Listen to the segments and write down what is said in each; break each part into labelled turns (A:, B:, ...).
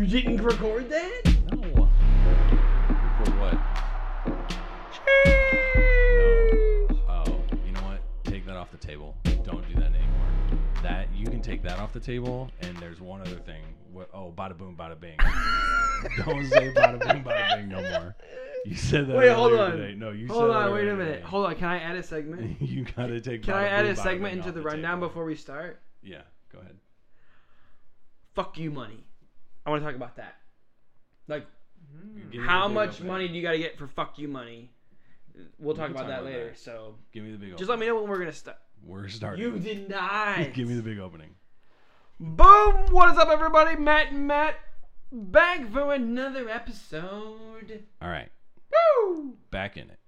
A: record that?
B: No. Record what? No. Oh, you know what? Take that off the table. Don't do that anymore. That you can take that off the table. And there's one other thing. What, oh, bada boom, bada bing. Don't say bada boom, bada bing no more. You said that.
A: Wait, hold
B: earlier
A: on.
B: Today. No, you said
A: Hold
B: that
A: on, wait
B: earlier
A: a minute.
B: today.
A: Hold on, can I add a segment?
B: you gotta take.
A: Can
B: bada
A: I add
B: boom,
A: a
B: bada
A: segment
B: bing
A: into
B: off
A: the rundown
B: table.
A: before we start?
B: Yeah, go ahead.
A: Fuck you, money. I want to talk about that. Like,
B: Give me
A: Hmm. how
B: the big
A: much
B: opening.
A: money do you got to get for fuck you money? We'll talk
B: can
A: about
B: talk
A: that
B: about
A: later.
B: that.
A: So
B: Give me the big.
A: just let me know when we're gonna start.
B: We're starting.
A: You did not.
B: Give me the big opening.
A: Boom! What is up, everybody? Matt and Matt back for another episode.
B: All right,
A: Woo!
B: back in it.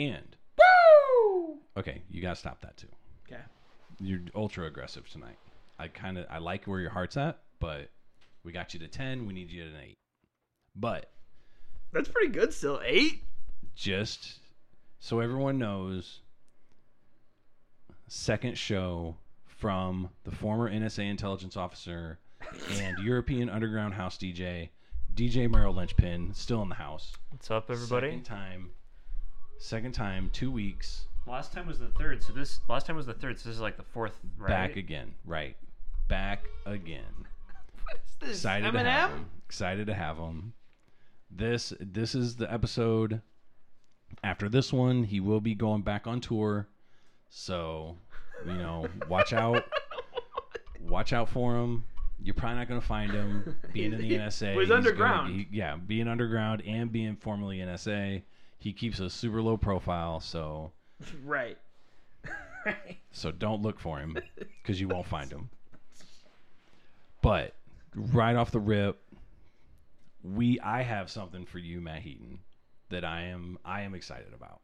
B: And
A: Woo!
B: okay, you gotta stop that too.
A: Okay.
B: You're ultra aggressive tonight. I kind of I like where your heart's at, but we got you to ten. We need you at an eight. But
A: That's pretty good still. Eight?
B: just so everyone knows, second show from the former NSA intelligence officer and European underground house DJ, DJ Merrill Lynchpin, still in the house.
C: What's up, everybody?
B: Second time. Second time, two weeks
C: Last time was the third, so this last time was the third, so this is like the fourth, right?
B: back again. Right. Back again.
A: What is this?
B: Excited to have
A: Eminem?
B: him. Excited to have him. This this is the episode. After this one, he will be going back on tour. So, you know, watch out. Watch out for him. You're probably not going to find him being in the
A: He-
B: NSA.
A: well, he's
B: gonna
A: underground.
B: be- yeah, being underground and being formerly NSA. He keeps a super low profile, so
A: right.
B: So don't look for him because you won't find him. But right off the rip, we I have something for you, Matt Heaton, that I am I am excited about.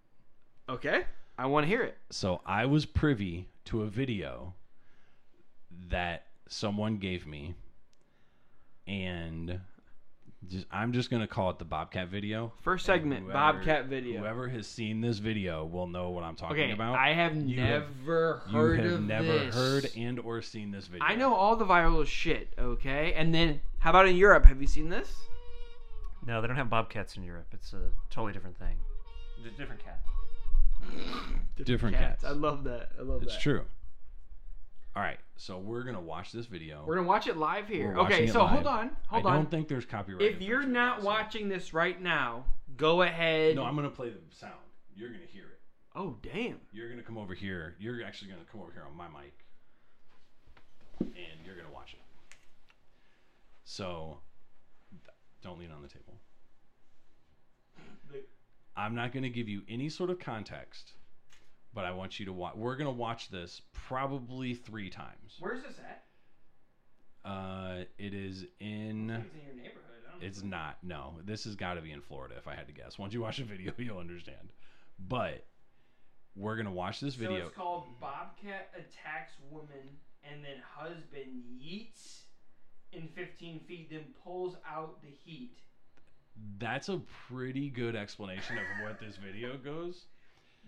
A: Okay. I want to hear it.
B: So I was privy to a video that someone gave me, and just, I'm just gonna call it the Bobcat video.
A: First segment,
B: Whoever-
A: Bobcat video.
B: Whoever has seen this video will know what I'm talking
A: okay,
B: about.
A: I have
B: You have-
A: never
B: you
A: heard
B: have
A: of
B: never
A: this.
B: heard and or seen this video.
A: I know all the viral shit, okay? And then, how about in Europe? Have you seen this?
C: No, they don't have bobcats in Europe. It's a totally different thing. It's a different cat.
B: Different cats.
A: I love that. I love
B: It's
A: that.
B: true. All right, so we're gonna watch this video.
A: We're gonna watch it live here.
B: We're watching
A: okay,
B: it
A: so hold
B: live.
A: on, hold
B: I
A: on.
B: don't think there's copyright.
A: if you're
B: infringement,
A: not
B: so-
A: watching this right now, go ahead.
B: no, I'm gonna play the sound. You're gonna hear it.
A: Oh damn!
B: You're gonna come over here. You're actually gonna come over here on my mic, and you're gonna watch it. So, th- don't lean on the table. I'm not gonna give you any sort of context, but I want you to watch. We're gonna watch this probably three times.
A: Where's this at?
B: Uh, it is in.
A: in your neighborhood. I don't
B: It's not. No, this has got to be in Florida. If I had to guess, once you watch the video, you'll understand. But we're gonna watch this video.
A: called Bobcat attacks woman and then husband yeets in 15 feet, then pulls out the heat.
B: That's a pretty good explanation of what this video goes.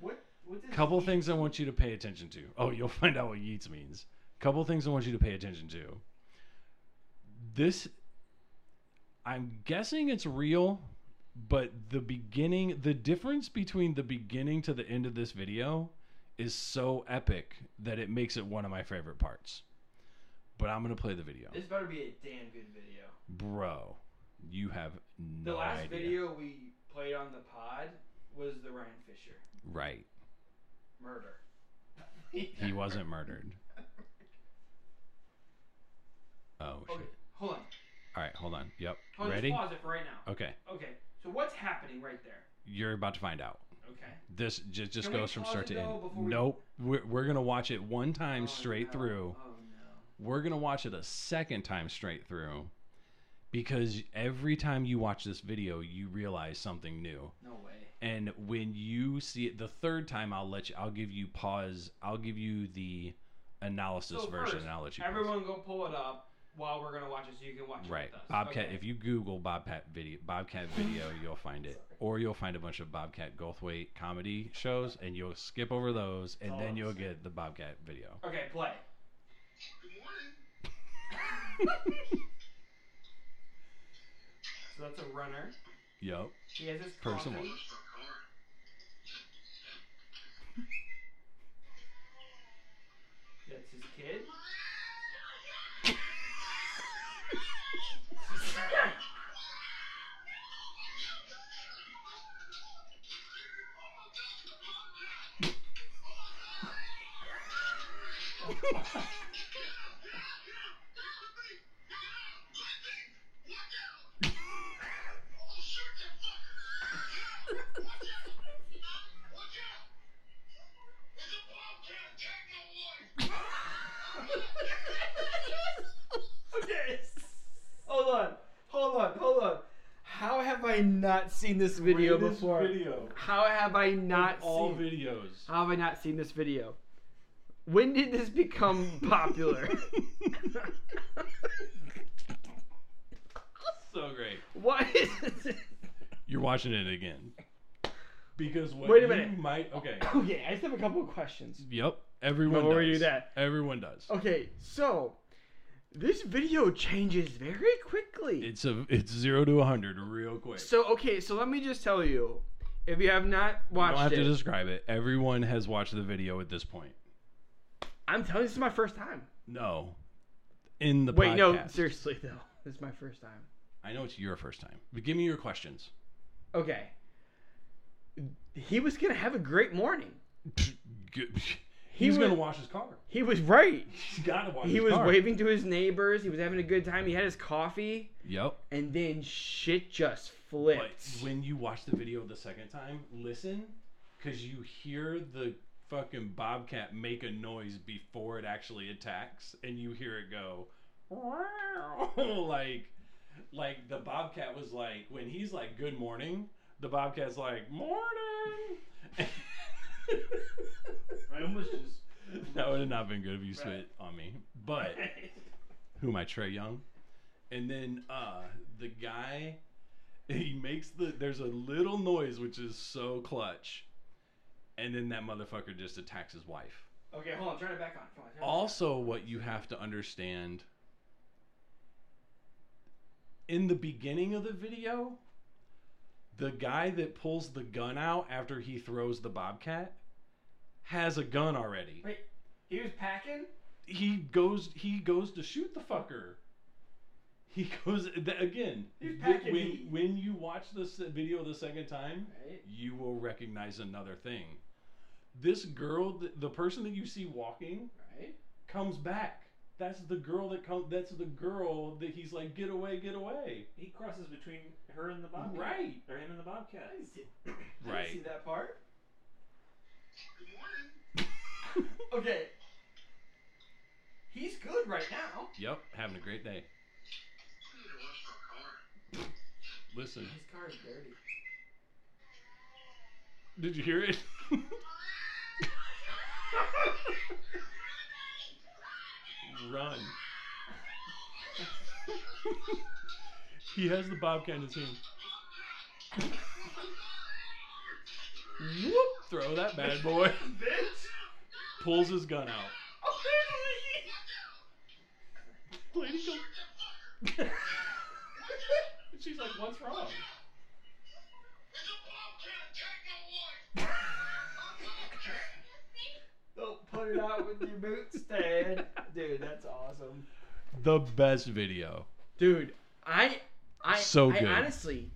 A: What? What?
B: Couple things I want you to pay attention to. Oh, you'll find out what yeets means. Couple things I want you to pay attention to. This, I'm guessing it's real, but the beginning, the difference between the beginning to the end of this video is so epic that it makes it one of my favorite parts. But I'm going to play the video.
A: This better be a damn good video.
B: Bro, you have no
A: the last
B: idea.
A: video we played on the pod was the Ryan Fisher
B: Right.
A: murder.
B: He wasn't murdered. Oh, shit.
A: Okay, hold on.
B: All right, hold on. Yep.
A: Hold on,
B: Ready?
A: Just pause it for right now.
B: Okay.
A: Okay, so what's happening right there?
B: You're about to find out.
A: Okay.
B: This just just
A: Can we
B: goes from
A: pause
B: start
A: it,
B: to
A: though,
B: end.
A: before we-
B: Nope. We're, we're going to watch it one time
A: Oh,
B: straight
A: no.
B: through.
A: Oh no.
B: We're going to watch it a second time straight through because every time you watch this video, you realize something new.
A: No way.
B: and when you see it the third time i'll let you i'll give you pause i'll give you the analysis
A: So
B: version
A: first,
B: and i'll let you pause.
A: Everyone go pull it up while we're gonna watch it so you can watch
B: right
A: it with us.
B: bobcat
A: Okay.
B: if you google bobcat video bobcat video you'll find it or you'll find a bunch of bobcat goldthwait comedy shows and you'll skip over those and
C: all
B: then
C: I'm
B: you'll
C: saying.
B: get the bobcat video
A: Okay, play.
D: Good morning. So that's a runner.
B: Yep.
D: He has his
B: Person
D: coffee. That's his kid. Okay. Hold on. Hold on. Hold on.
A: How have I not seen this video
B: Greatest
A: before?
B: Video.
A: How have I not
B: Of all
A: seen?
B: videos.
A: How have I not seen this video? When did this become popular?
B: so great.
A: Why is this?
B: You're watching it again. Because what
A: Wait a
B: you
A: minute.
B: might okay.
A: Okay, I just have a couple of questions.
B: Yep. Everyone
A: Before
B: does.
A: you do that. Oh,
B: Everyone does.
A: Okay, so this video changes very quickly.
B: It's a it's zero to hundred real quick.
A: so okay, so let me just tell you, if you have not
B: I don't
A: watched
B: have
A: it,
B: to describe it. Everyone has watched the video at this point.
A: I'm telling you, this is my first time.
B: No. In the
A: Wait, no,
B: podcast.
A: seriously though, this is my first time.
B: I know it's your first time, but give me your questions.
A: Okay, he was gonna have a great morning.
B: Pfft, g- He's
A: was-
B: gonna wash his car.
A: He was right.
B: He's gotta wash.
A: He
B: his
A: was
B: car.
A: waving to his neighbors. He was having a good time. He had his coffee,
B: Yep.
A: and then shit just
B: But
A: flipped.
B: when you watch the video the second time, listen, because you hear the fucking bobcat make a noise before it actually attacks, and you hear it go, "Wow." like, like the bobcat was like when he's like, "Good morning," the bobcat's like, "Morning."
D: I almost just.
B: that would have not been good if you spit
D: Right.
B: on me, but. who am I, Trey Young? And then uh the guy he makes the there's a little noise which is so clutch. And then that motherfucker just attacks his wife.
D: okay, hold on. Turn it back on. Come on. turn it
B: Also what you have to understand in the beginning of the video, the guy that pulls the gun out after he throws the bobcat has a gun already.
D: back. Wait. He was packing.
B: He goes he goes to shoot the fucker. He goes th- again.
D: He's
B: th-
D: packing
B: when
D: heat.
B: when you watch this video the second time,
D: Right.
B: you will recognize another thing. This girl, th- the person that you see walking,
D: Right.
B: comes back. That's the girl that comes. That's the girl that he's like, get away, get away.
E: He crosses between her and the bobcat.
B: Right.
E: Or him and the bobcat.
D: I didn't see, I didn't
B: Right.
D: see that part. Okay. He's good right now.
B: Yep, having a great day. Listen,
D: His car is dirty.
B: did you hear it? Run. he has the bobcat in his hand. Whoop! Throw that bad boy.
D: Bitch.
B: Pulls his gun out. Lady goes- She's like, "What's wrong?"
D: Don't put it out with your boots, Dad. Dude, that's awesome.
B: The best video.
A: dude i i
B: So
A: I
B: good.
A: honestly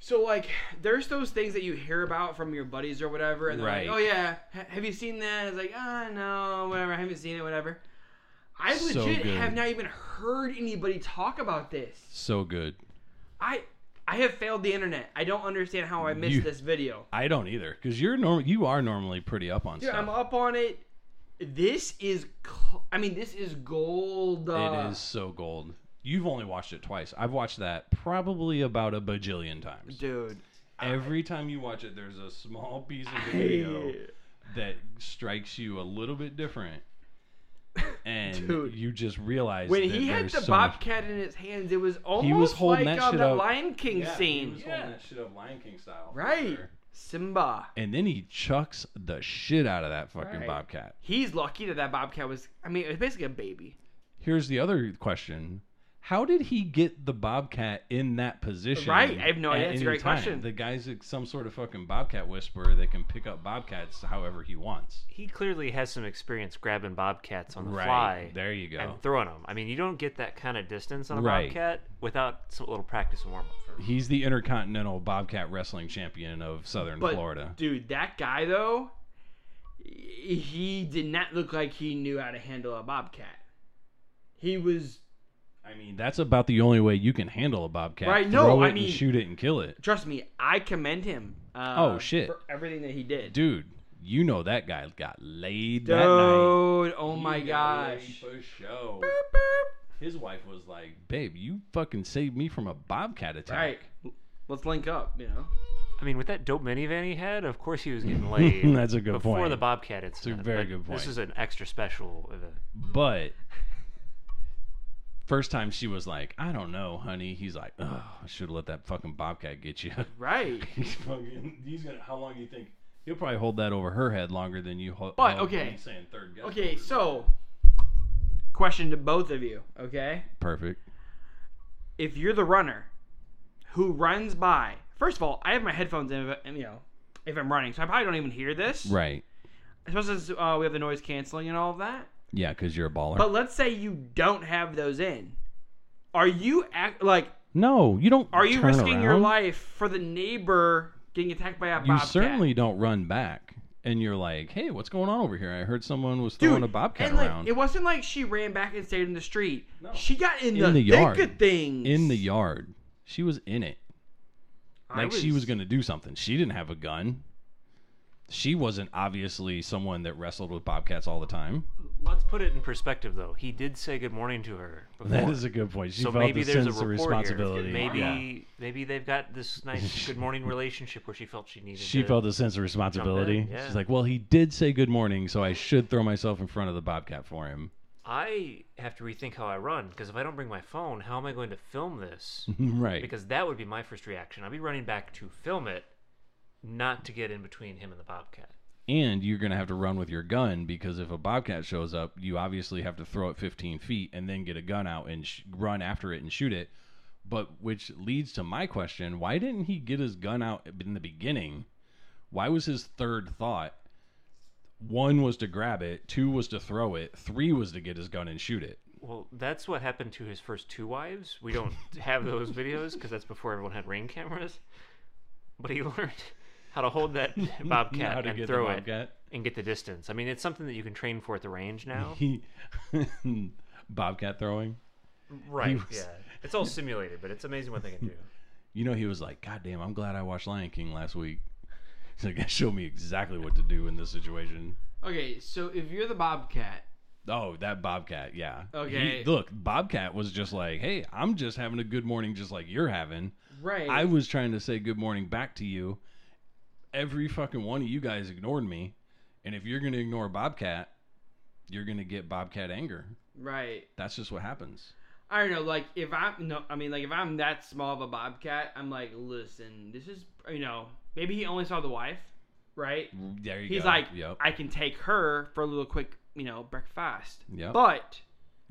A: so like there's those things that you hear about from your buddies or whatever and they're
B: Right.
A: like oh yeah ha- have you seen that it's like ah no whatever i haven't seen it whatever i
B: So
A: legit
B: good.
A: have not even heard anybody talk about this
B: So good.
A: i i have failed the internet i don't understand how i missed
B: You-
A: this video
B: I don't either, because you're normal. You are normally pretty up on
A: dude
B: stuff.
A: i'm up on it this is cl- i mean this is gold uh,
B: It is so gold. You've only watched it twice. I've watched that probably about a bajillion times.
A: dude
B: Every time you watch it, there's a small piece of video that strikes you a little bit different, and
A: Dude.
B: you just realize
A: When
B: that
A: he had
B: there's
A: the
B: so much-
A: bobcat in his hands, it was almost
B: holding
A: like
B: that
A: uh,
B: shit
A: the
B: up.
A: Lion King
B: Yeah,
A: scene.
B: he was holding that shit up Lion King style, for
A: Right.
B: sure.
A: Simba.
B: And then he chucks the shit out of that fucking
A: Right.
B: bobcat.
A: He's lucky that that bobcat was, I mean, it was basically a baby.
B: Here's the other question: How did he get the Bobcat in that position?
A: Right, I have no
B: at
A: idea. That's a
B: any
A: great
B: time?
A: question.
B: The guy's like some sort of fucking Bobcat whisperer that can pick up Bobcats however he wants.
C: He clearly has some experience grabbing bobcats on the
B: right
C: fly
B: there, you go.
C: and throwing them. I mean, you don't get that kind of distance on a
B: Right.
C: bobcat without some little practice and warm up first.
B: He's the intercontinental Bobcat wrestling champion of Southern
A: But
B: Florida.
A: dude, that guy though, he- he did not look like he knew how to handle a bobcat. He was
B: I mean, that's about the only way you can handle a Bobcat.
A: Right, no,
B: Throw it
A: I
B: and
A: mean-
B: shoot it and kill it,
A: trust me, I commend him. Uh,
B: Oh, shit.
A: For everything that he did, dude.
B: dude. You know that guy got laid that night.
A: oh
B: He
A: my
B: got laid
A: gosh.
B: for show. His wife was like, "Babe, you fucking saved me from a Bobcat attack."
A: Right. Let's link up. You know.
C: I mean, with that dope minivan he had, of course he was getting laid.
B: That's a good
C: before
B: point.
C: the bobcat incident.
B: very
C: but
B: good point.
C: This is an extra special event.
B: But first time she was like, I don't know, honey. He's like, Oh, I should have let that fucking bobcat get you.
A: Right.
B: he's fucking. He's gonna. How long do you think? He'll probably hold that over her head longer than you hold.
A: But,
B: hold-
A: okay.
B: I'm saying third guy.
A: Okay, so question to both of you. Okay,
B: Perfect.
A: if you're the runner who runs by, first of all, I have my headphones in. if- You know, if I'm running, so I probably don't even hear this.
B: Right.
A: I suppose it's, uh, we have the noise canceling and all of that.
B: Yeah, because you're a baller.
A: But let's say you don't have those in. Are you act, like
B: no, you don't.
A: are you
B: turn
A: risking your
B: around.
A: life for the neighbor getting attacked by a
B: You
A: bobcat?
B: certainly don't run back. And you're like, hey, what's going on over here? I heard someone was
A: Dude,
B: throwing a bobcat
A: and like,
B: around
A: It wasn't like she ran back and stayed in the street.
B: No.
A: She got in,
B: In the
A: the,
B: yard.
A: thick of things.
B: in the yard. She was in it.
A: I
B: Like she was gonna do something. She didn't have a gun. She wasn't obviously someone that wrestled with bobcats all the time.
C: Let's put it in perspective, though. He did say good morning to her. Before.
B: That is a good point. She
C: so
B: felt
C: maybe
B: the
C: there's
B: sense
C: a
B: of
C: rapport
B: responsibility.
C: Here. Maybe
B: Yeah.
C: maybe they've got this nice good morning relationship where she felt she needed.
B: she
C: to,
B: felt a sense of responsibility.
C: yeah.
B: She's like, "Well, he did say good morning, so I should throw myself in front of the bobcat for him."
C: I have to rethink how I run because if I don't bring my phone, how am I going to film this?
B: right.
C: because that would be my first reaction. I'd be running back to film it, not to get in between him and the bobcat.
B: and you're gonna have to run with your gun because if a bobcat shows up, you obviously have to throw it 15 feet and then get a gun out and sh- run after it and shoot it. But which leads to my question: Why didn't he get his gun out in the beginning? Why was his third thought? One was to grab it, two was to throw it, three was to get his gun and shoot it.
C: Well, that's what happened to his first two wives. We don't have those videos because that's before everyone had ring cameras. But he learned how to hold that bobcat
B: How to
C: and
B: get the
C: throw
B: bobcat.
C: it and get the distance. I mean, it's something that you can train for at the range now.
B: He bobcat throwing.
C: right.
B: was-
C: Yeah. It's all simulated, but it's amazing what they can do.
B: You know, he was like, "God damn, I'm glad I watched Lion King last week." He's like, "That showed me exactly what to do in this situation."
A: Okay, so if you're the bobcat,
B: Oh, that Bobcat, yeah.
A: Okay.
B: He- look, Bobcat was just like, "Hey, I'm just having a good morning, just like you're having.
A: right?
B: I was trying to say good morning back to you. Every fucking one of you guys ignored me, and if you're gonna ignore Bobcat, you're gonna get Bobcat anger.
A: right.
B: That's just what happens.
A: I don't know. Like if I'm no, I mean like if I'm that small of a bobcat, I'm like, listen, this is you know maybe he only saw the wife, right?
B: There you
A: He's
B: go.
A: like,
B: "Yep,
A: I can take her for a little quick you know breakfast,
B: yep.
A: but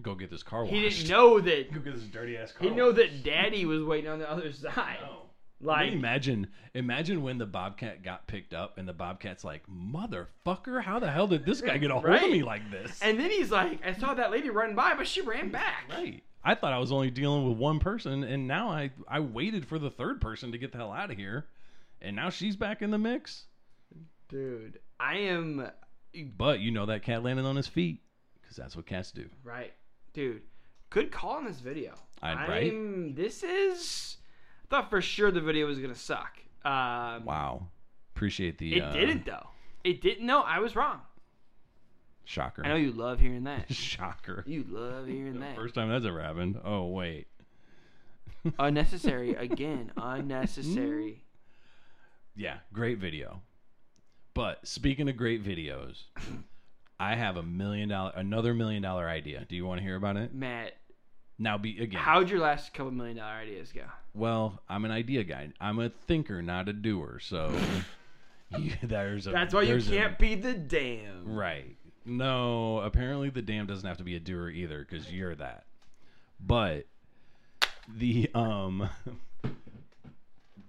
B: Go get this car washed.
A: he didn't know that.
B: Go get this dirty ass car.
A: He
B: washed."
A: didn't know that Daddy was waiting on the other side.
B: No. Can
A: Like
B: you imagine, imagine when the Bobcat got picked up, and the Bobcat's like, "Motherfucker, how the hell did this guy get a hold
A: Right.
B: of me like this?"
A: And then he's like, I saw that lady run by, but she ran back.
B: Right. I thought I was only dealing with one person, and now I I waited for the third person to get the hell out of here, and now she's back in the mix.
A: Dude, I am
B: But you know that cat landed on his feet because that's what cats do.
A: right. Dude, good call on this video.
B: I- right?
A: I'm this is I thought for sure the video was gonna suck. Um
B: Wow. Appreciate the
A: It
B: uh,
A: didn't though. It didn't no, I was wrong.
B: shocker.
A: I know you love hearing that.
B: shocker.
A: You love hearing that.
B: First time that's ever happened. Oh wait.
A: unnecessary again, unnecessary.
B: Yeah, great video. But speaking of great videos, I have a million dollar another million dollar idea. Do you want to hear about it?
A: Matt,
B: Now be again.
A: how'd your last couple million dollar ideas go?
B: Well, I'm an idea guy. I'm a thinker, not a doer. So you, there's a.
A: That's why you
B: there's a-
A: can't be the damn.
B: right. No, apparently the dam doesn't have to be a doer either because you're that. But the um.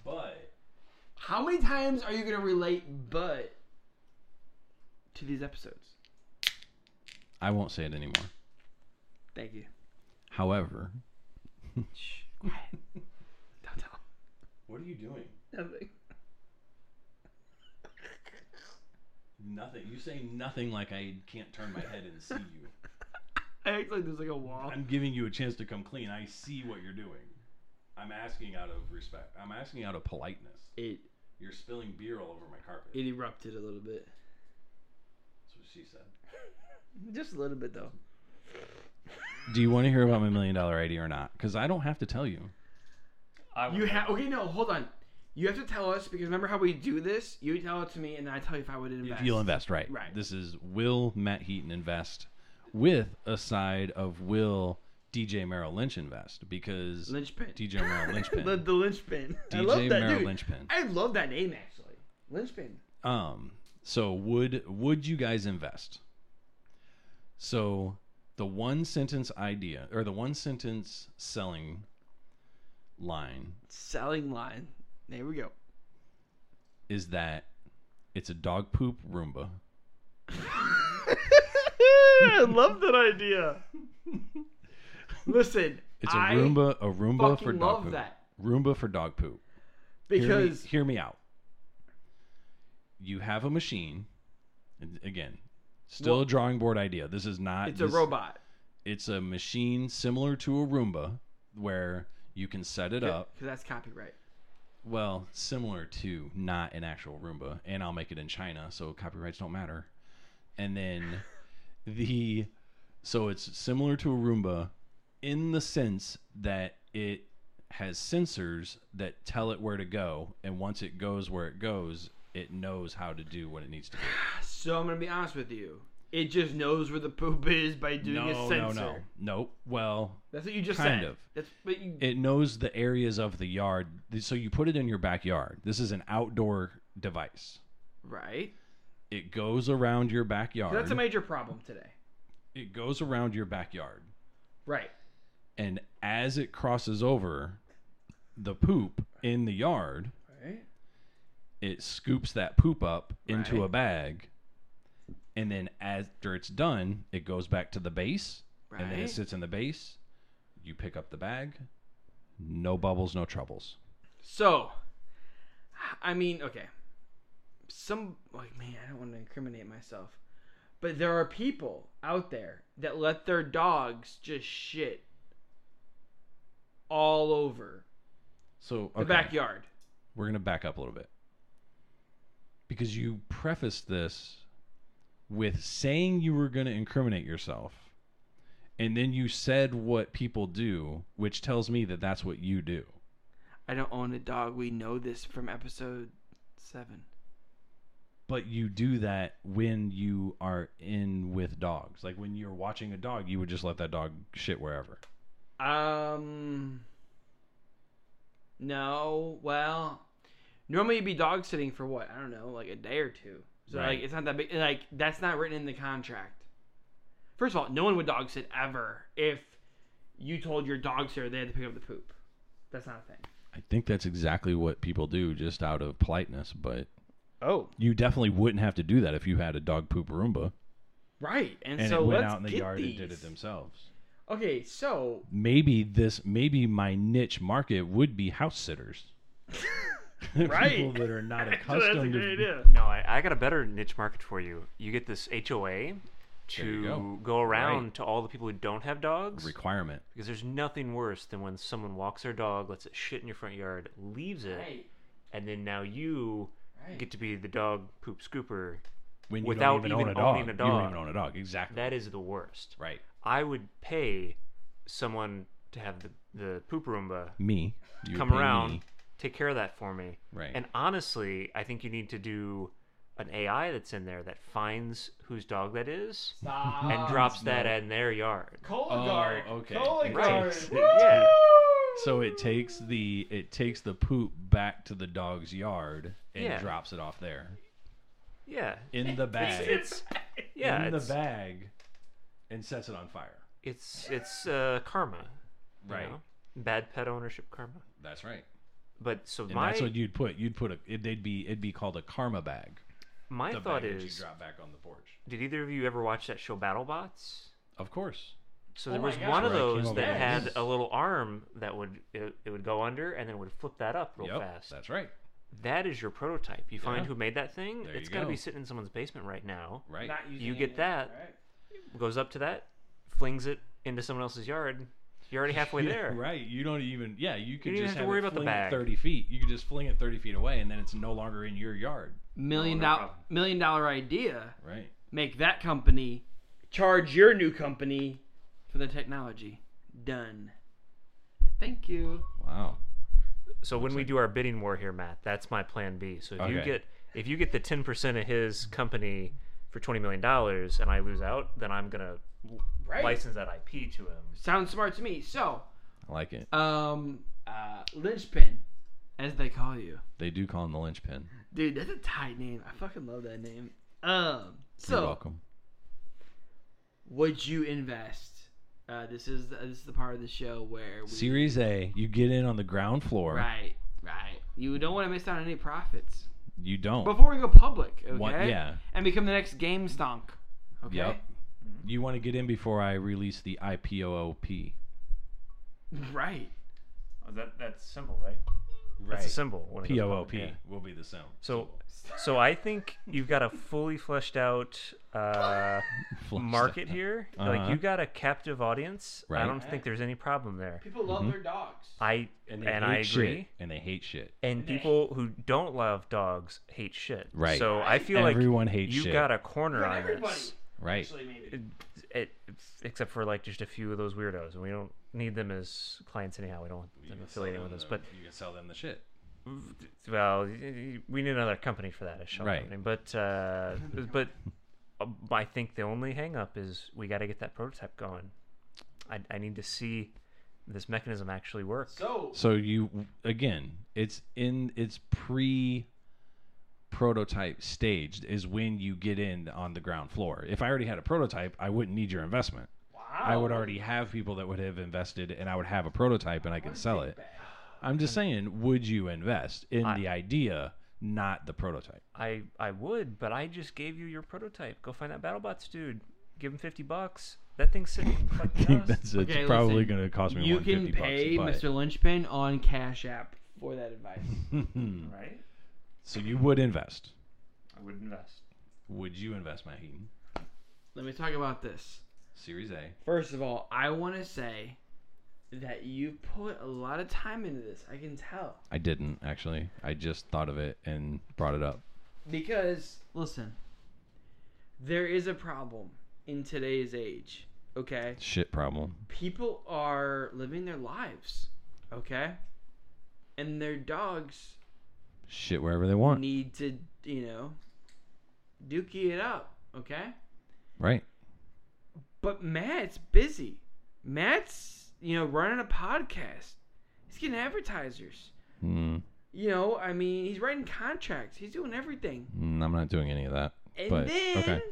B: But
A: How many times are you gonna relate but to these episodes?
B: I won't say it anymore.
A: Thank you.
B: However,
A: Shh, quiet. Don't tell.
B: what are you doing?
A: Nothing.
B: Nothing. You say nothing like I can't turn my head and see you.
A: I act like there's like a wall.
B: I'm giving you a chance to come clean. I see what you're doing. I'm asking out of respect. I'm asking out of politeness.
A: It
B: You're spilling beer all over my carpet.
A: it erupted a little bit.
B: That's what she said.
A: Just a little bit though.
B: Do you want to hear about my million dollar idea or not? Because I don't have to tell you.
C: I
A: You
C: would-
A: have okay. No, hold on. You have to tell us because remember how we do this. You tell it to me, and I tell you if I would invest.
B: If you'll invest, right?
A: Right.
B: This is Will Matt Heaton invest with a side of Will DJ Merrill Lynch invest because
A: Lynchpin.
B: DJ Merrill Lynchpin.
A: the, the Lynchpin. I
B: DJ
A: love that
B: Merrill
A: dude.
B: Lynchpin.
A: I love that name actually. Lynchpin.
B: Um, so would would you guys invest? So the one sentence idea or the one sentence selling line
A: Selling line. There we go.
B: is that it's a dog poop Roomba.
A: I love that idea. Listen,
B: It's a
A: I-
B: Roomba, a Roomba for
A: fucking
B: dog
A: love
B: poop.
A: that.
B: Roomba for dog poop. Hear me-
A: because
B: hear me, out. You have a machine, and again, still
A: Well-
B: a drawing board idea. This is not.
A: it's a
B: this-
A: robot.
B: It's a machine similar to a Roomba, where you can set it up.
A: Because that's copyright.
B: Well, similar to not an actual Roomba, and I'll make it in China, so copyrights don't matter. And then the so it's similar to a Roomba in the sense that it has sensors that tell it where to go, and once it goes where it goes, it knows how to do what it needs to do.
A: So I'm gonna be honest with you. It just knows where the poop is by doing a
B: no, no,
A: sensor.
B: no, nope. Well,
A: That's what you just
B: Kind
A: said.
B: of.
A: That's but you,
B: it knows the areas of the yard, so you put it in your backyard. This is an outdoor device.
A: right.
B: It goes around your backyard.
A: That's a major problem today.
B: it goes around your backyard
A: Right.
B: and as it crosses over the poop in the yard
A: Right.
B: it scoops that poop up into
A: Right.
B: a bag and then after it's done it goes back to the base
A: Right.
B: and then it sits in the base you pick up the bag no bubbles no troubles
A: So, I mean, okay. Some like man, I don't want to incriminate myself, but there are people out there that let their dogs just shit all over
B: so
A: the
B: okay,
A: backyard.
B: we're going to back up a little bit because you prefaced this with saying you were going to incriminate yourself and then you said what people do which tells me that that's what you do
A: I don't own a dog. We know this from episode seven.
B: but you do that when you are in with dogs like when you're watching a dog you would just let that dog shit wherever
A: Um. No, well, normally you'd be dog sitting for what I don't know, like a day or two. So
B: Right.
A: like, it's not that big. and, Like that's not written in the contract. First of all, no one would dog sit ever if you told your dog sitter they had to pick up the poop. That's not a thing.
B: i think that's exactly what people do just out of politeness but
A: Oh,
B: you definitely wouldn't have to do that if you had a dog poop roomba
A: right. And,
B: and
A: so
B: it went
A: let's
B: out in the
A: get
B: yard
A: these.
B: and did it themselves
A: Okay, so
B: maybe this maybe my niche market would be house sitters
A: Right.
B: people that are not
A: So that's a
B: accustomed
A: good
B: to
A: idea.
C: No, I, I got a better niche market for you. You get this HOA to
B: go.
C: go. around
B: Right.
C: to all the people who don't have dogs
B: requirement
C: because there's nothing worse than when someone walks their dog, lets it shit in your front yard, leaves it,
A: Right,
C: and then now you
A: right.
C: get to be the dog poop scooper.
B: when you
C: Without
B: don't even,
C: even
B: own a dog,
C: owning a
B: you don't
C: dog.
B: even own a dog exactly
C: That is the worst.
B: right
C: I would pay someone to have the, the poop Roomba
B: me you would
C: come
B: pay
C: around,
B: me.
C: take care of that for me.
B: Right.
C: And honestly, I think you need to do an AI that's in there that finds whose dog that is
A: Stop.
C: and drops that in their yard.
B: Guard. Oh, okay. It
C: Guard.
B: takes-
C: Woo!
B: it
C: Yeah.
B: takes- so it takes the it takes the poop back to the dog's yard and
C: Yeah.
B: drops it off there
C: Yeah.
B: in the bag.
C: It's yeah,
B: in the
C: it's,
B: bag and sets it on fire.
C: it's it's uh, karma. you
B: Right.
C: know? Bad pet ownership karma.
B: That's right.
C: But so
B: And
C: my
B: that's what you'd put. You'd put a. It, they'd be. It'd be called a karma bag.
C: my
B: the
C: thought
B: bag that
C: is,
B: you drop back on the porch.
C: did either of you ever watch that show BattleBots?
B: Of course.
C: So
D: Oh
C: there
D: my
C: was
D: gosh.
C: one of
B: Right, it came
C: those
B: over
C: that
B: the
C: had
B: fence.
C: a little arm that would it, it would go under and then would flip that up real
B: yep.
C: fast.
B: That's right.
C: That is your prototype. You find
B: Yeah.
C: who made that thing.
B: There you
C: it's got to be
B: go.
C: sitting in someone's basement right now.
B: Right.
D: Not using
C: You
D: it
C: get
D: yet.
C: that.
B: Oh,
D: All right.
C: Goes up to that, flings it into someone else's yard. You're already halfway
B: Yeah,
C: there.
B: Right. You don't even. Yeah. You could
C: don't even
B: just
C: have to
B: have
C: worry
B: it
C: about the
B: fling it
C: bag.
B: Thirty feet. You could just fling it thirty feet away, and then it's no longer in your yard.
A: Million
C: no
A: dollar
C: problem.
A: million dollar idea.
B: Right.
A: Make that company charge your new company for the technology. Done. Thank you.
B: Wow.
C: So when we do our bidding war here, Matt, that's my plan B. So if you
B: Okay.
C: get if you get the ten percent of his company for twenty million dollars and I lose out, then I'm gonna
A: Right.
C: license that IP to him.
A: Sounds smart to me. So,
B: I like it.
A: um, uh, linchpin, as they call you,
B: They do call him the linchpin.
A: dude. That's a tight name. I fucking love that name. Um,
B: You're
A: so
B: welcome.
A: would you invest? Uh, this is the, this is the part of the show where we
B: Series A. You get in on the ground floor.
A: right, right. You don't want to miss out on any profits
B: You don't.
A: before we go public. Okay.
B: One- yeah.
A: And become the next game stonk. Okay.
B: Yep.
C: Mm-hmm.
B: You want to get in before I release the IPOOP.
A: Right.
C: Oh, that that's simple, right? That's a symbol. when it goes
B: P O O
C: public,
B: P
C: yeah.
B: will be the sound.
C: So, so I think you've got a fully fleshed out uh,
B: Flush
C: market
B: that.
C: here.
B: Uh-huh.
C: Like you got a captive audience.
B: Right.
C: I don't think there's any problem there.
D: People love
B: Mm-hmm.
D: their dogs.
C: I and,
B: they
C: I
B: hate
C: agree.
B: shit. And they hate shit.
C: And people who don't love dogs hate shit.
B: Right.
C: So I feel
B: Everyone
C: like
B: hates
C: you
B: shit.
C: got a corner
D: But
C: on
D: everybody.
C: this.
B: Right.
D: Actually, maybe.
C: It, it, except for like just a few of those weirdos, and we don't need them as clients anyhow. We don't want them affiliating with us. But
B: you can sell them the shit.
C: well, y- y- we need another company for that, a shell
B: Right.
C: company. But uh, but uh, I think the only hang up is we got to get that prototype going. I, I need to see this mechanism actually work.
D: So,
B: So you again, it's in its pre prototype staged is when you get in on the ground floor. If I already had a prototype, I wouldn't need your investment.
D: wow.
B: I would already have people that would have invested and I would have a prototype and I can sell it. I'm just saying, would you invest in
C: I-
B: the idea, not the prototype?
C: I I would, but I just gave you your prototype. Go find that BattleBots dude. Give him fifty bucks. That thing's sitting in the
B: I
C: fucking
B: think
C: dust.
B: that's
A: Okay,
B: it's probably
A: listen,
B: going to cost me
A: You
B: 150
A: can pay
B: bucks to
A: Mr. Lynchpin on Cash App for that advice.
B: buy it.
C: Right?
B: so you would invest.
C: I would invest.
B: Would you invest, Matt Heaton?
A: Let me talk about this.
B: Series A.
A: First of all, I want to say that you put a lot of time into this. I can tell.
B: I didn't actually. I just thought of it and brought it up.
A: Because, listen, there is a problem in today's age, okay?
B: Shit problem.
A: People are living their lives, okay? And their dogs
B: Shit wherever they want.
A: need to, you know, dookie it up, okay?
B: Right.
A: But Matt's busy. Matt's, you know, running a podcast. He's getting advertisers.
B: Mm,
A: You know, I mean, he's writing contracts. He's doing everything.
B: mm, I'm not doing any of that.
A: And
B: But,
A: then,
B: okay.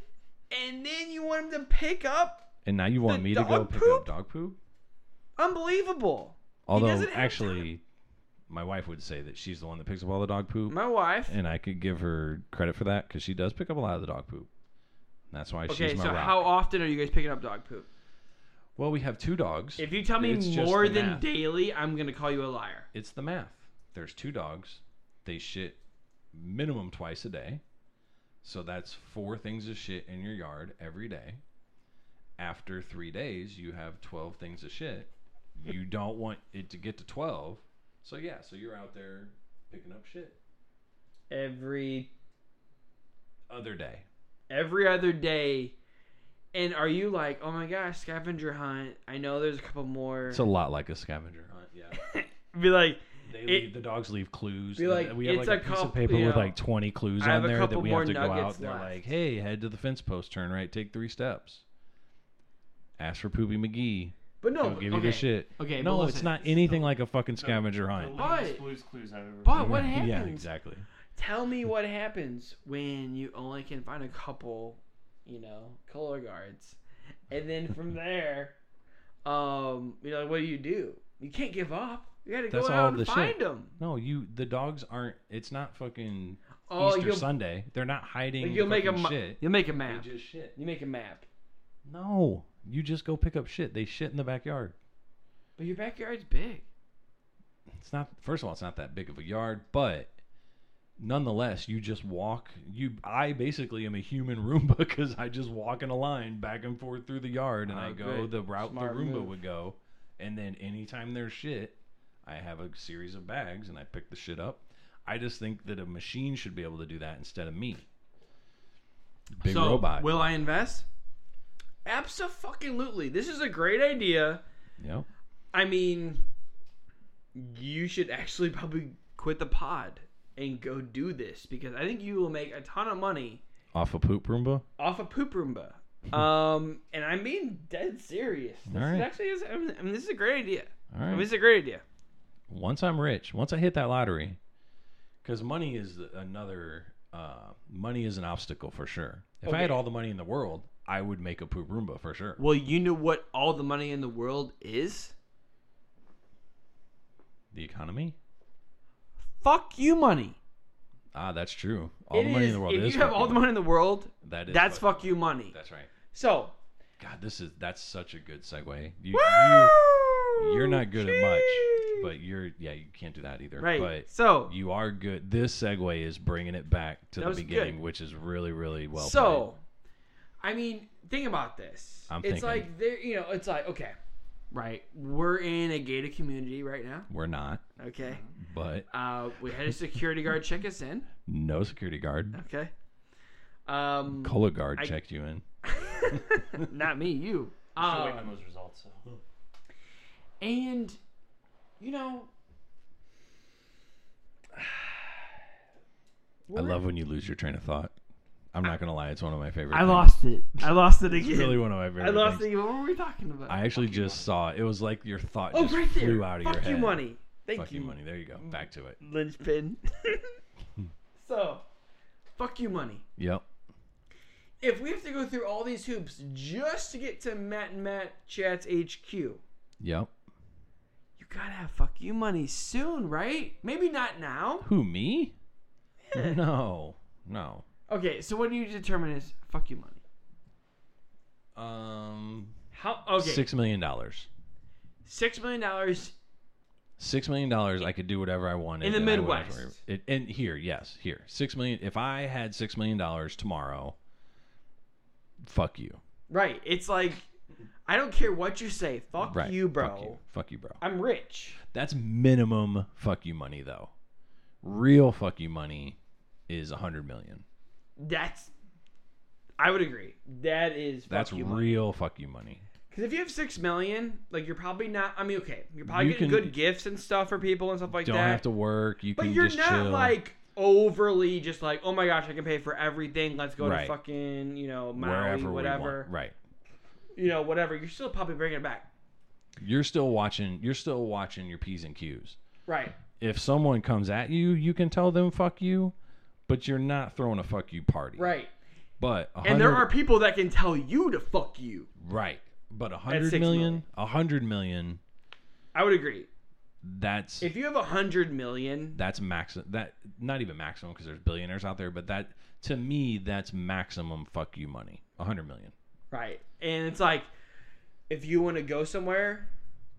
A: and then you want him to pick up.
B: And now you want
A: The
B: me to go
A: dog
B: pick
A: poop?
B: up dog poop?
A: Unbelievable.
B: Although
A: doesn't have
B: actually, my wife would say that she's the one that picks up all the dog poop,
A: My wife.
B: and I could give her credit for that because she does pick up a lot of the dog poop. That's why
A: Okay,
B: she's my
A: so
B: rock.
A: how often are you guys picking up dog poop?
B: well, we have two dogs.
A: If you tell me
B: It's just
A: more
B: the
A: than
B: math.
A: daily, I'm gonna call you a liar.
B: It's the math. There's two dogs. They shit minimum twice a day. So that's four things of shit in your yard every day. After three days, you have 12 things of shit. You don't want it to get to 12. So, yeah, so you're out there picking up shit.
A: Every
B: Other day.
A: every other day. And are you like, oh my gosh, scavenger hunt? I know there's a couple more.
B: It's a lot like a scavenger hunt. Yeah.
A: be like,
B: They
A: It-
B: leave, the dogs leave clues.
A: Be
B: and
A: like,
B: we have
A: it's
B: like a,
A: a
B: piece
A: couple-
B: of paper
A: you
B: with
A: know,
B: like 20 clues
A: I have
B: on
A: a
B: there that
A: couple
B: we
A: more
B: have to go out.
A: nuggets
B: They're
A: left.
B: like, hey, head to the fence post, turn right, take three steps. Ask for Poopy McGee.
A: but no,
B: He'll
A: but-
B: give
A: okay.
B: you the shit.
A: Okay,
B: no,
A: but
B: it's
A: listen.
B: not anything like a fucking scavenger
E: The
B: hunt.
E: lamest
A: But-
E: Blue's Clues I've ever
A: But what
B: Right.
A: happens?
B: Yeah, exactly.
A: Tell me what happens when you only can find a couple, you know, color guards, and then from there, um, you know, what do you do? You can't give up. You gotta
B: That's
A: go
B: all
A: out
B: the
A: and
B: shit.
A: find them.
B: No, you. The dogs aren't. It's not fucking
A: Oh,
B: Easter
A: you'll,
B: Sunday. They're not hiding.
A: you'll make a
B: fucking
A: ma-
B: shit.
A: you'll make a
B: They
A: map.
B: just shit.
A: You make a map.
B: No, you just go pick up shit. They shit in the backyard.
A: But your backyard's big.
B: It's not. First of all, it's not that big of a yard, but nonetheless, you just walk. You, I basically am a human Roomba because I just walk in a line back and forth through the yard, and
A: Oh,
B: I go
A: great.
B: the route
A: Smart
B: the Roomba
A: move.
B: would go. And then anytime there's shit, I have a series of bags and I pick the shit up. I just think that a machine should be able to do that instead of me. Big
A: so,
B: robot.
A: Will I invest? Absolutely. This is a great idea.
B: Yep.
A: I mean, you should actually probably quit the pod and go do this because I think you will make a ton of money
B: Off a poop Roomba.
A: off of Poop Roomba. Um, and I'm being dead serious. This
B: All
A: is
B: right.
A: actually is, I mean, I mean, this is a great idea.
B: All
A: I
B: right.
A: mean, this is a great idea.
B: once I'm rich, once I hit that lottery, because money is the- another uh, money is an obstacle for sure. If I had
A: Okay.
B: all the money in the world, I would make a poop Roomba for sure.
A: Well, you know what all the money in the world is?
B: The economy?
A: Fuck you, money.
B: Ah, that's true. All the money in the world
A: if
B: is.
A: you have
B: fucking
A: all the money in the world,
B: That is.
A: that's
B: fucking-
A: fuck you money.
B: That's right.
A: So,
B: God, this is that's such a good segue. You,
A: you,
B: you are not good at much, but you're yeah you can't do that either.
A: right.
B: But
A: so,
B: you are good. This segue is bringing it back to
A: That
B: the
A: was
B: beginning,
A: good.
B: which is really really well. played.
A: so, I mean, think about this.
B: I'm
A: it's
B: thinking.
A: like there, you know, it's like okay, right? We're in a gated community right now.
B: we're not,
A: Okay,
B: but
A: uh, we had a security guard check us in.
B: no security guard.
A: Okay, um,
B: Cola guard
A: I-
B: checked you in.
A: not me, you.
E: Still waiting
A: Um,
E: on those results. So.
A: and you know,
B: I love when you lose your train of thought. I'm not gonna lie, it's one of my favorite.
A: I
B: things.
A: lost it. I lost it
B: It's
A: again.
B: really one of my
A: I
B: favorite.
A: lost
B: things.
A: it. What were we talking about?
B: I actually just saw it. It was like your thought
A: oh,
B: just
A: right there.
B: flew out of
A: Fuck
B: your head.
A: you, money. Thank
B: Fuck
A: you,
B: you, money. There you go. Back to it.
A: linchpin. so, fuck you, money.
B: Yep.
A: If we have to go through all these hoops just to get to Matt and Matt Chats HQ, you
B: Yep.
A: gotta have fuck you money soon, right? Maybe not now.
B: Who me? no. No.
A: Okay, so what do you determine is fuck you money?
B: Um.
A: How? Okay,
B: Six million dollars.
A: six million dollars.
B: Six million dollars. I could do whatever I wanted.
A: In the
B: and I wouldn't have
A: Midwest.
B: to worry- It, and here, yes, here. Six million. If I had six million dollars tomorrow, fuck you.
A: Right. It's like I don't care what you say. Fuck
B: Right.
A: you, bro.
B: Fuck you, fuck you bro.
A: I'm rich.
B: That's minimum fuck you money though. Real fuck you money is a hundred million.
A: That's. I would agree. That is. Fuck
B: That's
A: you money.
B: real fuck you money.
A: Because if you have six million, like you're probably not. I mean, okay, you're probably
B: You
A: getting
B: can-
A: good gifts and stuff for people and stuff like
B: Don't
A: that.
B: have to work. You
A: but
B: can
A: you're
B: just
A: not
B: chill.
A: like overly just like, oh my gosh, I can pay for everything. Let's go
B: Right.
A: to fucking you know Maui,
B: wherever we want.
A: whatever,
B: Right.
A: you know, whatever. You're still probably bringing it back,
B: You're still watching. You're still watching your p's and q's.
A: right?
B: If someone comes at you, you can tell them fuck you, but you're not throwing a fuck you party.
A: Right.
B: But a
A: And there
B: hundred-
A: are people that can tell you to fuck you.
B: right. But a hundred
A: six
B: million,
A: million.
B: a hundred million.
A: I would agree.
B: That's
A: If you have a hundred million,
B: that's max that not even maximum because there's billionaires out there but that to me that's maximum fuck you money 100 million
A: right, and it's like, if you want to go somewhere,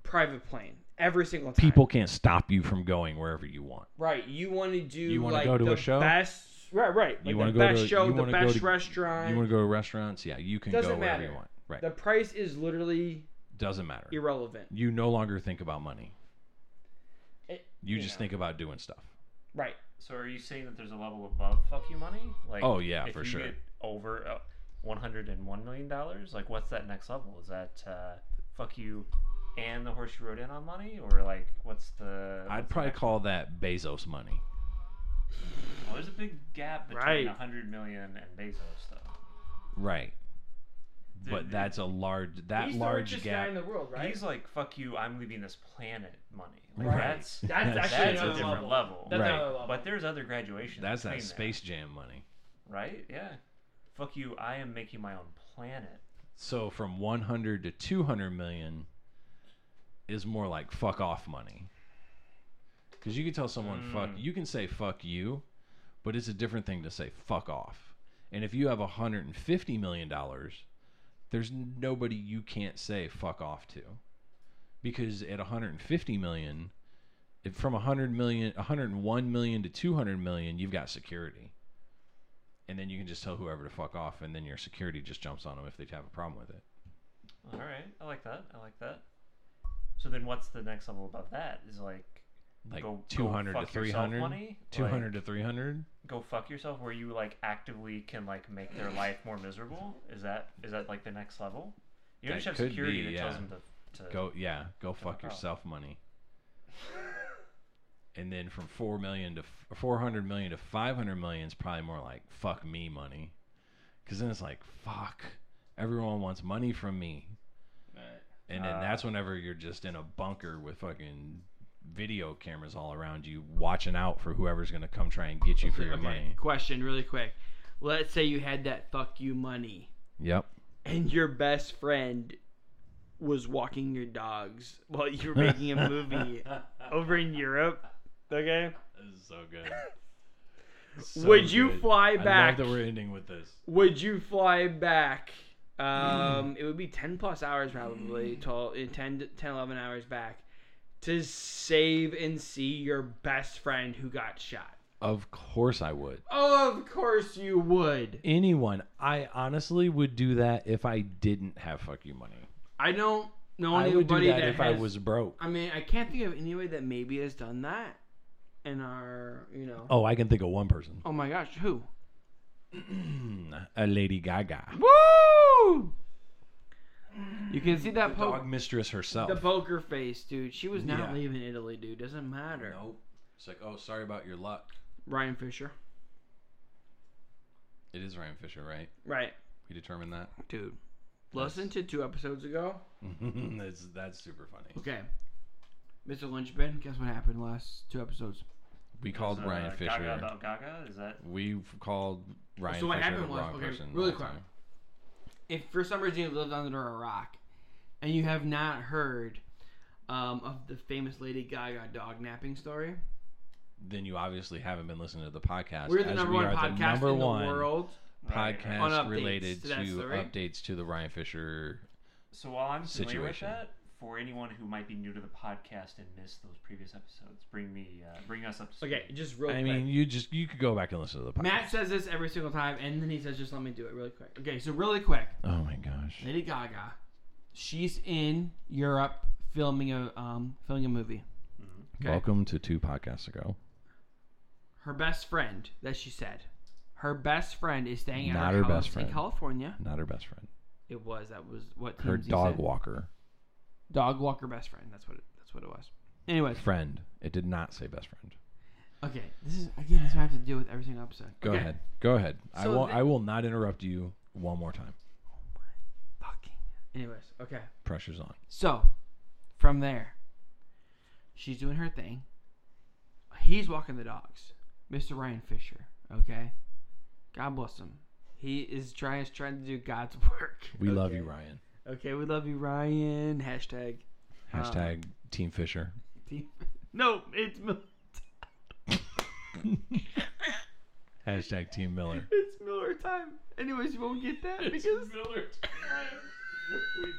A: private plane every single time.
B: people can't stop you from going wherever you want
A: Right. You want to do
B: You wanna
A: like
B: go to
A: the
B: a show?
A: best right, right. Like
B: You
A: the
B: wanna go
A: best
B: to-
A: show,
B: you
A: the
B: wanna go
A: best
B: to-
A: restaurant.
B: you want to go to restaurants yeah you can
A: Doesn't
B: go wherever
A: matter.
B: you want right
A: The price is literally
B: doesn't matter
A: irrelevant.
B: you no longer think about money
A: It-
B: you just
E: Yeah.
B: think about doing stuff
A: Right.
E: So are you saying that there's a level above fuck you money? Like,
B: Oh, yeah,
E: if
B: for
E: you
B: sure.
E: Get over uh, one hundred and one million dollars, like what's that next level? Is that uh, fuck you and the horse you rode in on money, or like what's the? what's
B: i'd
E: the
B: probably
E: next-
B: call that bezos money
E: Well, there's a big gap
A: Right.
E: between a hundred million and Bezos, though.
B: right
E: The-
B: but
E: the-
B: that's a large that
A: He's the
B: large
A: richest
B: gap
A: guy in the world, right?
E: He's like, fuck you, I'm leaving this planet money. Like,
B: Right.
E: That's,
A: That's
B: That's-
A: actually
E: that's a
A: another
E: different
A: level.
E: level.
A: That's
B: Right.
A: another level.
E: But there's other graduations.
B: that's that
E: between
B: space jam money
E: Right? Yeah. Fuck you, I am making my own planet.
B: so from 100 to 200 million is more like fuck off money. Because you can tell someone fuck,
E: Mm.
B: you can say fuck you, but it's a different thing to say fuck off. And if you have $150 million, there's nobody you can't say fuck off to. Because at 150 million, if from 100 million, 101 million to 200 million, you've got security. And then you can just tell whoever to fuck off, and then your security just jumps on them if they have a problem with it.
E: All right, I like that. I like that. So then, what's the next level above that? Is like
B: Like
E: go
B: 200
E: go
B: to
E: fuck yourself
B: 300?
E: money?
B: 200
E: Like,
B: to 300
E: go fuck yourself, where you like actively can like make their life more miserable. Is that is that like the next level? You don't
B: That
E: just have
B: could
E: security
B: be,
E: that tells
B: yeah.
E: them to, to
B: go yeah go
E: fuck off.
B: fuck yourself money and then from 4 million to f- 400 million to 500 million is probably more like fuck me money because then it's like fuck everyone wants money from me and then
E: Ah.
B: that's whenever you're just in a bunker with fucking video cameras all around you watching out for whoever's gonna come try and get you for your
A: Okay,
B: money
A: Question really quick. Let's say you had that fuck you money
B: yep
A: and your best friend was walking your dogs while you were making a movie over in Europe. Okay?
B: this is so good
A: Would you fly back?
B: I love that we're ending with this
A: Would you fly back? Um, it would be 10 plus hours
B: Mm.
A: probably, 12, eh, 10, 10, 11 hours back to save and see your best friend who got shot.
B: of course i would
A: Oh, of course you would.
B: anyone. I honestly would do that if I didn't have fuck you money.
A: I don't know
B: I would do
A: anybody
B: that,
A: that,
B: if I
A: has-
B: was broke.
A: I mean, I can't think of anybody that maybe has done that in our, you know. Oh,
B: Oh, I can think of one person.
A: my gosh, who?
B: A Lady Gaga.
A: Woo! You can see that poke.
B: Dog mistress herself.
A: The poker face, dude. She was not
B: Yeah.
A: leaving Italy, dude. Doesn't matter.
B: Nope. It's like, oh, sorry about your luck.
A: Ryan Fisher.
B: It is Ryan Fisher, right?
A: Right,
B: We determined that.
A: dude. Listen to two episodes ago.
B: that's that's super funny.
A: Okay. Mr. Lynchpin, guess what happened last two episodes?
B: We called
E: uh,
B: Ryan Fisher.
E: Gaga about Gaga. Is that
B: We called Ryan
A: So what
B: Fisher the
A: happened was-
B: wrong
A: okay,
B: person.
A: really
B: last
A: quick.
B: time.
A: If for some reason you lived under a rock and you have not heard um, of the famous Lady Gaga dog napping story,
B: Then you obviously haven't been listening to the podcast.
A: we're the
B: as
A: number
B: we
A: one
B: are
A: podcast
B: the number
A: in the
B: one
A: world.
E: Right, right.
B: podcast
A: On updates
B: related to,
A: to that story.
B: updates to the Ryan Fisher
E: So while I'm familiar with
B: situation.
E: that, for anyone who might be new to the podcast and missed those previous episodes, bring me, uh, bring us up. To speed.
A: Okay, just real
B: I
A: quick.
B: mean, you just you could go back and listen to the podcast.
A: Matt says this every single time, and then he says, "Just let me do it really quick." Okay, so really quick.
B: oh my gosh.
A: Lady Gaga, she's in Europe filming a um, filming a movie. Okay.
B: Welcome to two podcasts ago.
A: Her best friend that she said, her best friend is staying at
B: Not
A: her,
B: her
A: house
B: best friend.
A: in California.
B: Not her best friend.
A: It was that was what
B: Her
A: TMZ
B: dog
A: said.
B: walker
A: dog walker best friend. That's what it, that's what it was. Anyways,
B: friend. It did not say best friend.
A: okay, this is again this is what I have to deal with every single episode.
B: Go
A: Okay.
B: ahead. Go ahead. I
A: So
B: will.
A: the-
B: I will not interrupt you one more time.
A: Fucking. Anyways, okay.
B: Pressure's on.
A: So, from there, she's doing her thing. He's walking the dogs. Mr. Ryan Fisher, okay? God bless him. He is trying is trying to do God's work.
B: We love
A: okay?
B: you, Ryan.
A: Okay, we love you, Ryan. Hashtag. Um,
B: Hashtag Team Fisher.
A: team- No, it's Mil-
B: Hashtag Team Miller.
A: it's Miller time. Anyways, you won't get that because
B: Miller time.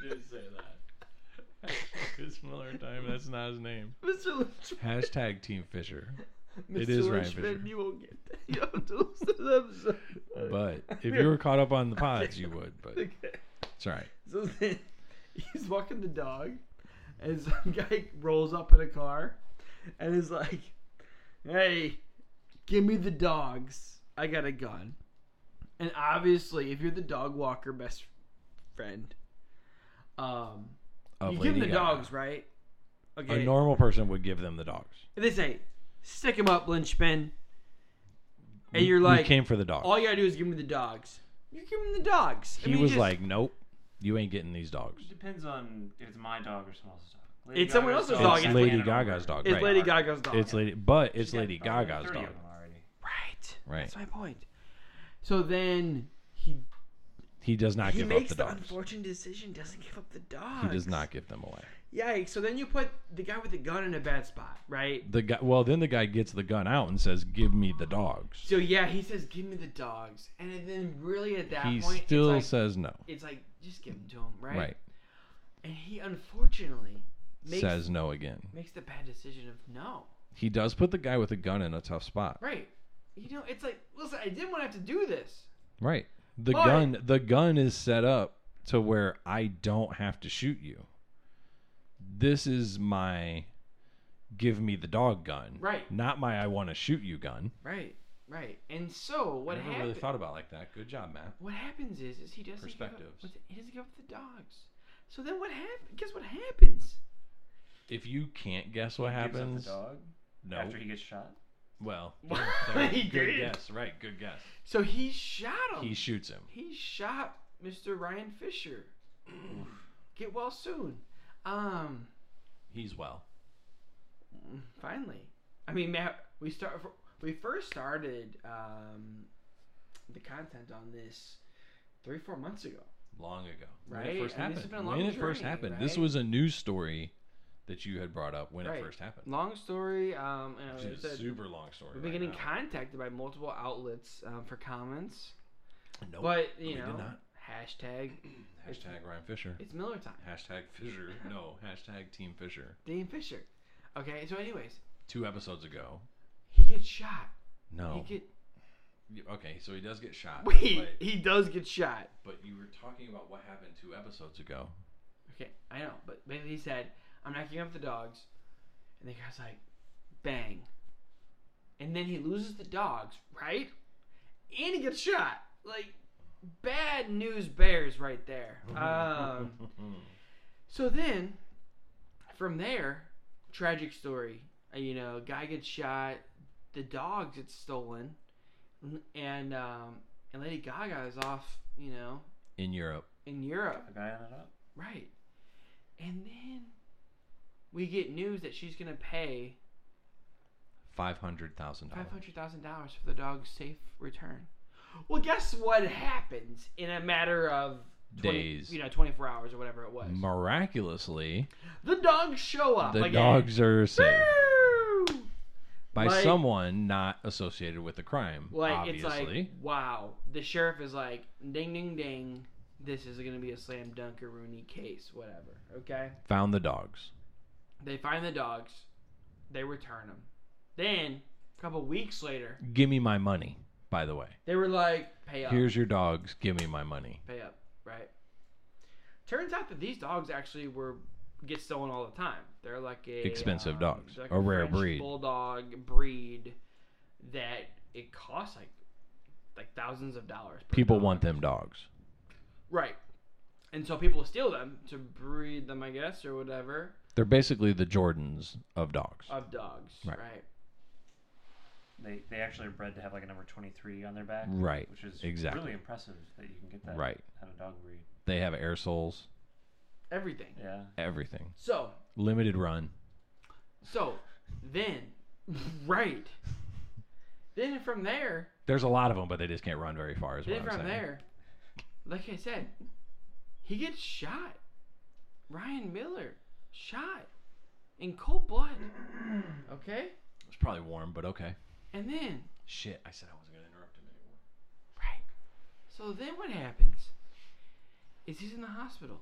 B: We did say that. It's Miller time. That's not his name.
A: Mr. Lynch,
B: Hashtag Team Fisher.
A: Mr.
B: is Ryan
A: Lynchman,
B: Fisher.
A: you won't get that. You have to listen to the episode.
B: But if you were caught up on the pods, you would. But
A: Okay.
B: it's all right.
A: So then he's walking the dog, and some guy rolls up in a car and is like, Hey, give me the dogs. I got a gun. And obviously, if you're the dog walker best friend, um,
B: Of
A: you give him the
B: Lady Gaga.
A: dogs, right?
B: A
A: Okay.
B: normal person would give them the dogs.
A: And they say, Stick him up, Lynchpin. And
B: We-
A: you're
B: we
A: like,
B: came for the dogs.
A: All you gotta do is give me the dogs. You give him the dogs. I
B: he
A: mean,
B: was
A: just-
B: like, "Nope, you ain't getting these dogs."
E: It depends on if it's my dog or someone else's dog.
A: It's someone
E: Gaga's
A: else's dog,
B: It's
A: it's
B: Lady
E: Can't
B: Gaga's
E: remember.
B: dog.
A: It's
B: right.
A: Lady Gaga's dog.
B: It's Lady, but it's
E: She's
A: oh,
B: Lady
E: got probably
B: Gaga's
E: 30
B: dog.
E: of them already.
A: Right.
B: Right.
A: That's my point. So then he
B: He does not
A: he
B: give
A: makes
B: up
A: the,
B: the dogs.
A: unfortunate decision, doesn't give up the dogs.
B: he does not give them away.
A: Yikes! So then you put the guy with the gun in a bad spot, right?
B: The guy, well, then the guy gets the gun out and says, "Give me the dogs."
A: So yeah, he says, "Give me the dogs," and then really at that
B: He
A: point,
B: still
A: it's, like,
B: says no.
A: it's like just give them to him, right?
B: Right.
A: And he unfortunately makes
B: says no again.
A: makes the bad decision of no,
B: He does put the guy with the gun in a tough spot.
A: right? You know, it's like listen, I didn't want to have to do this.
B: Right. The
A: But-
B: gun the gun is set up to where I don't have to shoot you. This is my give me the dog gun.
A: Right.
B: Not my I want to shoot you gun.
A: Right, right. And so what
B: I never
A: happened?
B: really thought about it like that. Good job, Matt.
A: what happens is, is he doesn't
B: Perspectives.
A: Give up, he doesn't give up the dogs. So then what happens? Guess what happens?
B: If you can't guess what
E: He gives up
B: happens,
E: The dog
B: no.
E: After he gets shot.
B: Well,
A: He
B: good
A: did. Oh.
B: guess, right? Good guess.
A: So he shot him.
B: He shoots him.
A: He shot Mr. Ryan Fisher. Get well soon. Um,
B: He's well.
A: finally. I mean, Matt, we start. We first started um, the content on this three, four months ago.
B: long ago. When
A: Right?
B: it first
A: And
B: happened.
A: this has been a
B: when
A: long
B: it first
A: journey,
B: happened. This
A: right?
B: was a news story that you had brought up when
A: Right.
B: it first happened.
A: Long story. Um, and
B: Which
A: like I
B: is a
A: said,
B: super long story.
A: we've been
B: right
A: getting
B: now.
A: contacted by multiple outlets um, for comments,
B: Nope.
A: but
B: we
A: you
B: did
A: know,
B: not.
A: hashtag
B: Hashtag Ryan Fisher.
A: it's Miller time.
B: Hashtag Fisher. No. Hashtag Team Fisher.
A: Dean Fisher. Okay, so anyways,
B: Two episodes ago.
A: he gets shot.
B: No.
A: He get
B: You- Okay, so he does get shot.
A: wait.
B: But,
A: He does get shot.
B: but you were talking about what happened two episodes ago.
A: Okay, I know, but but he said, "I'm not giving up the dogs," and the guy's like, "Bang!" And then he loses the dogs, right? And he gets shot. Like, bad news bears right there. Um, so then, from there, tragic story. Uh, You know, guy gets shot, the dog gets stolen, and um, and Lady Gaga is off. You know,
B: In Europe.
A: in Europe.
E: The guy on it up.
A: Right. And then we get news that she's going to pay
B: Five hundred thousand dollars.
A: $500,000 for the dog's safe return. Well, guess what happens in a matter of 20,
B: Days.
A: you know, 24 hours or whatever it was.
B: Miraculously,
A: the dogs show up
B: the
A: again.
B: dogs are safe
A: Woo!
B: by
A: Like-
B: someone not associated with the crime.
A: Like
B: obviously.
A: it's like wow. The sheriff is like ding ding ding. This is going to be a slam dunkaroonie case, whatever. Okay?
B: found the dogs.
A: They find the dogs. They return them. Then a couple weeks later,
B: Give me my money, by the way.
A: They were like, pay up,
B: Here's your dogs. Give me my money.
A: pay up, right? Turns out that these dogs actually were get stolen all the time. They're like a
B: Expensive
A: um,
B: dogs.
A: they're like
B: A rare
A: French
B: breed.
A: bulldog breed that it costs like like thousands of dollars. per
B: People
A: dog.
B: want them dogs.
A: right, and so people steal them to breed them, I guess, or whatever.
B: They're basically the Jordans of dogs.
A: Of dogs,
B: Right.
A: right?
E: They, they actually are bred to have like a number 23 on their back.
B: Right,
E: Which is
B: exactly.
E: really impressive that you can get that
B: Right.
E: out of dog breed.
B: They have air soles,
A: Everything.
E: Yeah.
B: everything.
A: So
B: Limited run.
A: so then right. Then from there,
B: There's a lot of them, but they just can't run very far. Is what
A: Then
B: I'm
A: from
B: saying.
A: there, like I said, he gets shot. Ryan Miller shot in cold blood. Okay?
B: It's probably warm, but okay.
A: And then,
B: Shit, I said I wasn't gonna interrupt him anymore.
A: right. So then what happens is he's in the hospital.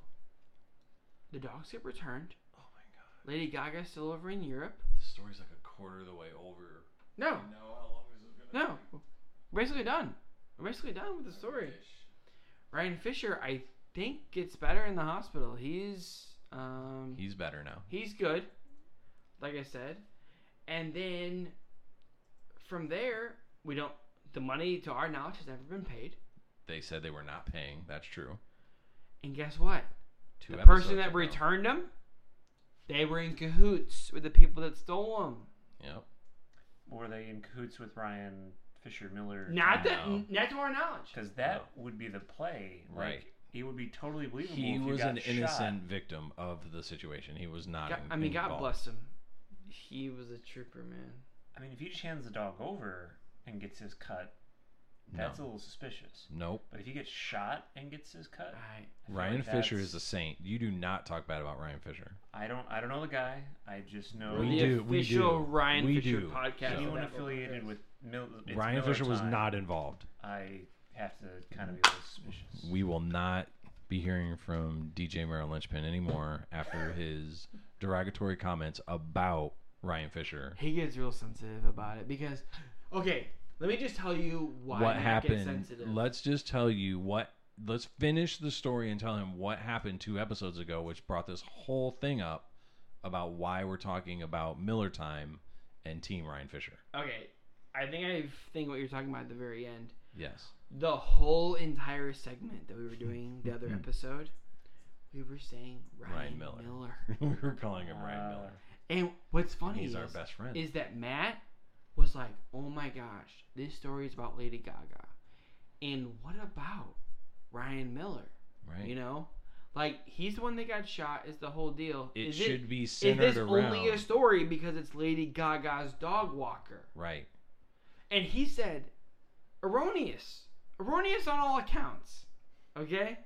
A: The dogs get returned.
B: Oh my god,
A: Lady Gaga's still over in Europe.
B: this story's like a quarter of the way over.
A: No,
B: know how long is this
A: no. We're basically done. We're basically done with the story. Ryan Fisher, I think, gets better in the hospital. He's um
B: He's better now.
A: he's good, like I said. And then from there, we don't. The money, to our knowledge, has never been paid.
B: They said they were not paying. That's true.
A: And guess what?
B: Two
A: the person
B: episodes
A: that
B: ago.
A: returned them, they were in cahoots with the people that stole them.
B: Yep.
E: Were they in cahoots with Ryan Fisher Miller?
A: Not
B: No.
A: that, not to our knowledge.
E: Because that would be the play. Like,
B: Right.
E: It would be totally believable.
B: He
E: if you
B: was
E: got
B: an
E: shot.
B: innocent victim of the situation. He was not.
A: God,
B: in-
A: I mean, God
B: involved.
A: bless him. He was a trooper, man.
E: I mean, if he just hands the dog over and gets his cut, That's a little suspicious.
B: Nope.
E: But if he gets shot and gets his cut, I
A: I,
E: feel
B: Ryan
E: like
B: Fisher
E: that's-
B: is a saint. You do not talk bad about Ryan Fisher.
E: I don't. I don't know the guy. I just know
B: We
A: the
B: do, we
A: official
B: do,
A: Ryan
B: we
A: Fisher
B: do.
A: podcast.
E: anyone
A: of that
E: affiliated
A: podcast.
E: with Mil- it's
B: Ryan
E: Miller
B: Fisher was
E: time,
B: not involved.
E: I have to kind of be a little suspicious.
B: We will not be hearing from DJ Merrill Lynchpin anymore after his derogatory comments about Ryan Fisher.
A: He gets real sensitive about it because, okay, let me just tell you why
B: what
A: Matt Gets
B: happened?
A: sensitive.
B: Let's just tell you what. Let's finish the story and tell him what happened two episodes ago, which brought this whole thing up about why we're talking about Miller Time and Team Ryan Fisher.
A: okay, I think I think what you're talking about at the very end.
B: Yes.
A: The whole entire segment that we were doing the other episode, we were saying Ryan,
B: Mm-hmm. Ryan
A: Miller.
B: Miller. we were
E: Uh,
B: calling him Ryan Miller.
A: And what's Uh, funny
B: He's
A: is,
B: our best friend.
A: is that Matt was like, "Oh my gosh, this story is about Lady Gaga," and what about Ryan Miller?
B: right.
A: You know, like he's the one that got shot. Is the whole deal?
B: it
A: Is
B: should be
A: Is
B: centered
A: this
B: around
A: only a story because it's Lady Gaga's dog walker?
B: right.
A: And he said, erroneous. Erroneous on all accounts. Okay?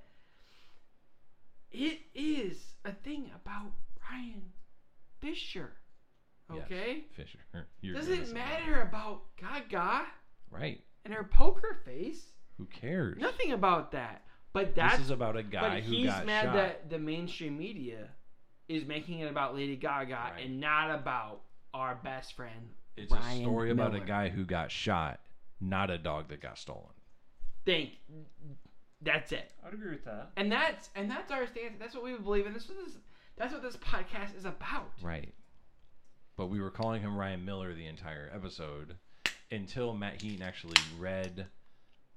A: It is a thing about Ryan Fisher.
B: Yes,
A: Okay?
B: Fisher. You're
A: Does
B: gonna
A: it
B: say-
A: matter about Gaga
B: Right.
A: and her poker face?
B: Who cares?
A: Nothing about that. But that's
B: this is about a guy
A: but
B: who
A: he's
B: got
A: mad
B: shot.
A: that the mainstream media is making it about Lady Gaga
B: Right.
A: and not about our best friend.
B: it's a
A: Ryan
B: story about a
A: Miller.
B: guy who got shot, not a dog that got stolen.
A: Think that's it.
E: I would agree with that.
A: and that's and that's our stance. That's what we believe in. This is that's what this podcast is about.
B: Right. But we were calling him Ryan Miller the entire episode until Matt Heaton actually read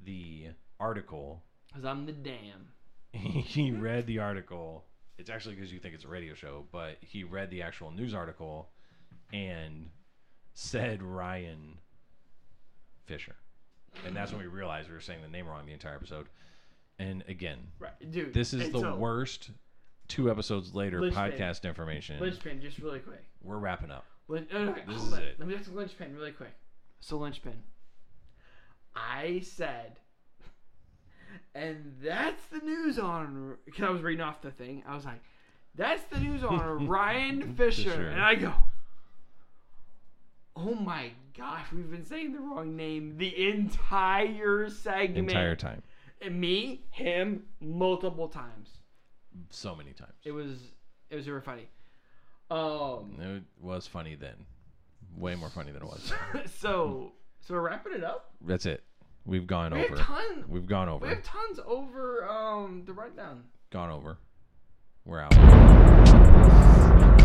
B: the article.
A: Cause I'm the damn.
B: he read the article. It's actually because you think it's a radio show, but he read the actual news article and said Ryan Fisher. And that's when we realized we were saying the name wrong the entire episode. And again,
A: Right, dude.
B: this is
A: and
B: the
A: so,
B: worst two episodes later
A: Lynch Pin.
B: podcast information.
A: Lynchpin, just really quick.
B: We're wrapping up.
A: Lynch, no, no,
B: This
A: oh, hold
B: is
A: on.
B: it.
A: Let me back to Lynchpin really quick. So Lynchpin, I said, and that's the news on. Because I was reading off the thing, I was like, that's the news on Ryan Fisher,
B: Fisher.
A: and I go. Oh my gosh, we've been saying the wrong name the entire segment.
B: Entire time.
A: And me, him, multiple times.
B: So many times.
A: It was it was super funny. Um,
B: It was funny then. Way more funny than it was.
A: so so we're wrapping it up.
B: That's it. We've gone
A: We have
B: over.
A: ton.
B: We've gone
A: We
B: over.
A: have tons over um the rundown.
B: Gone over. We're out.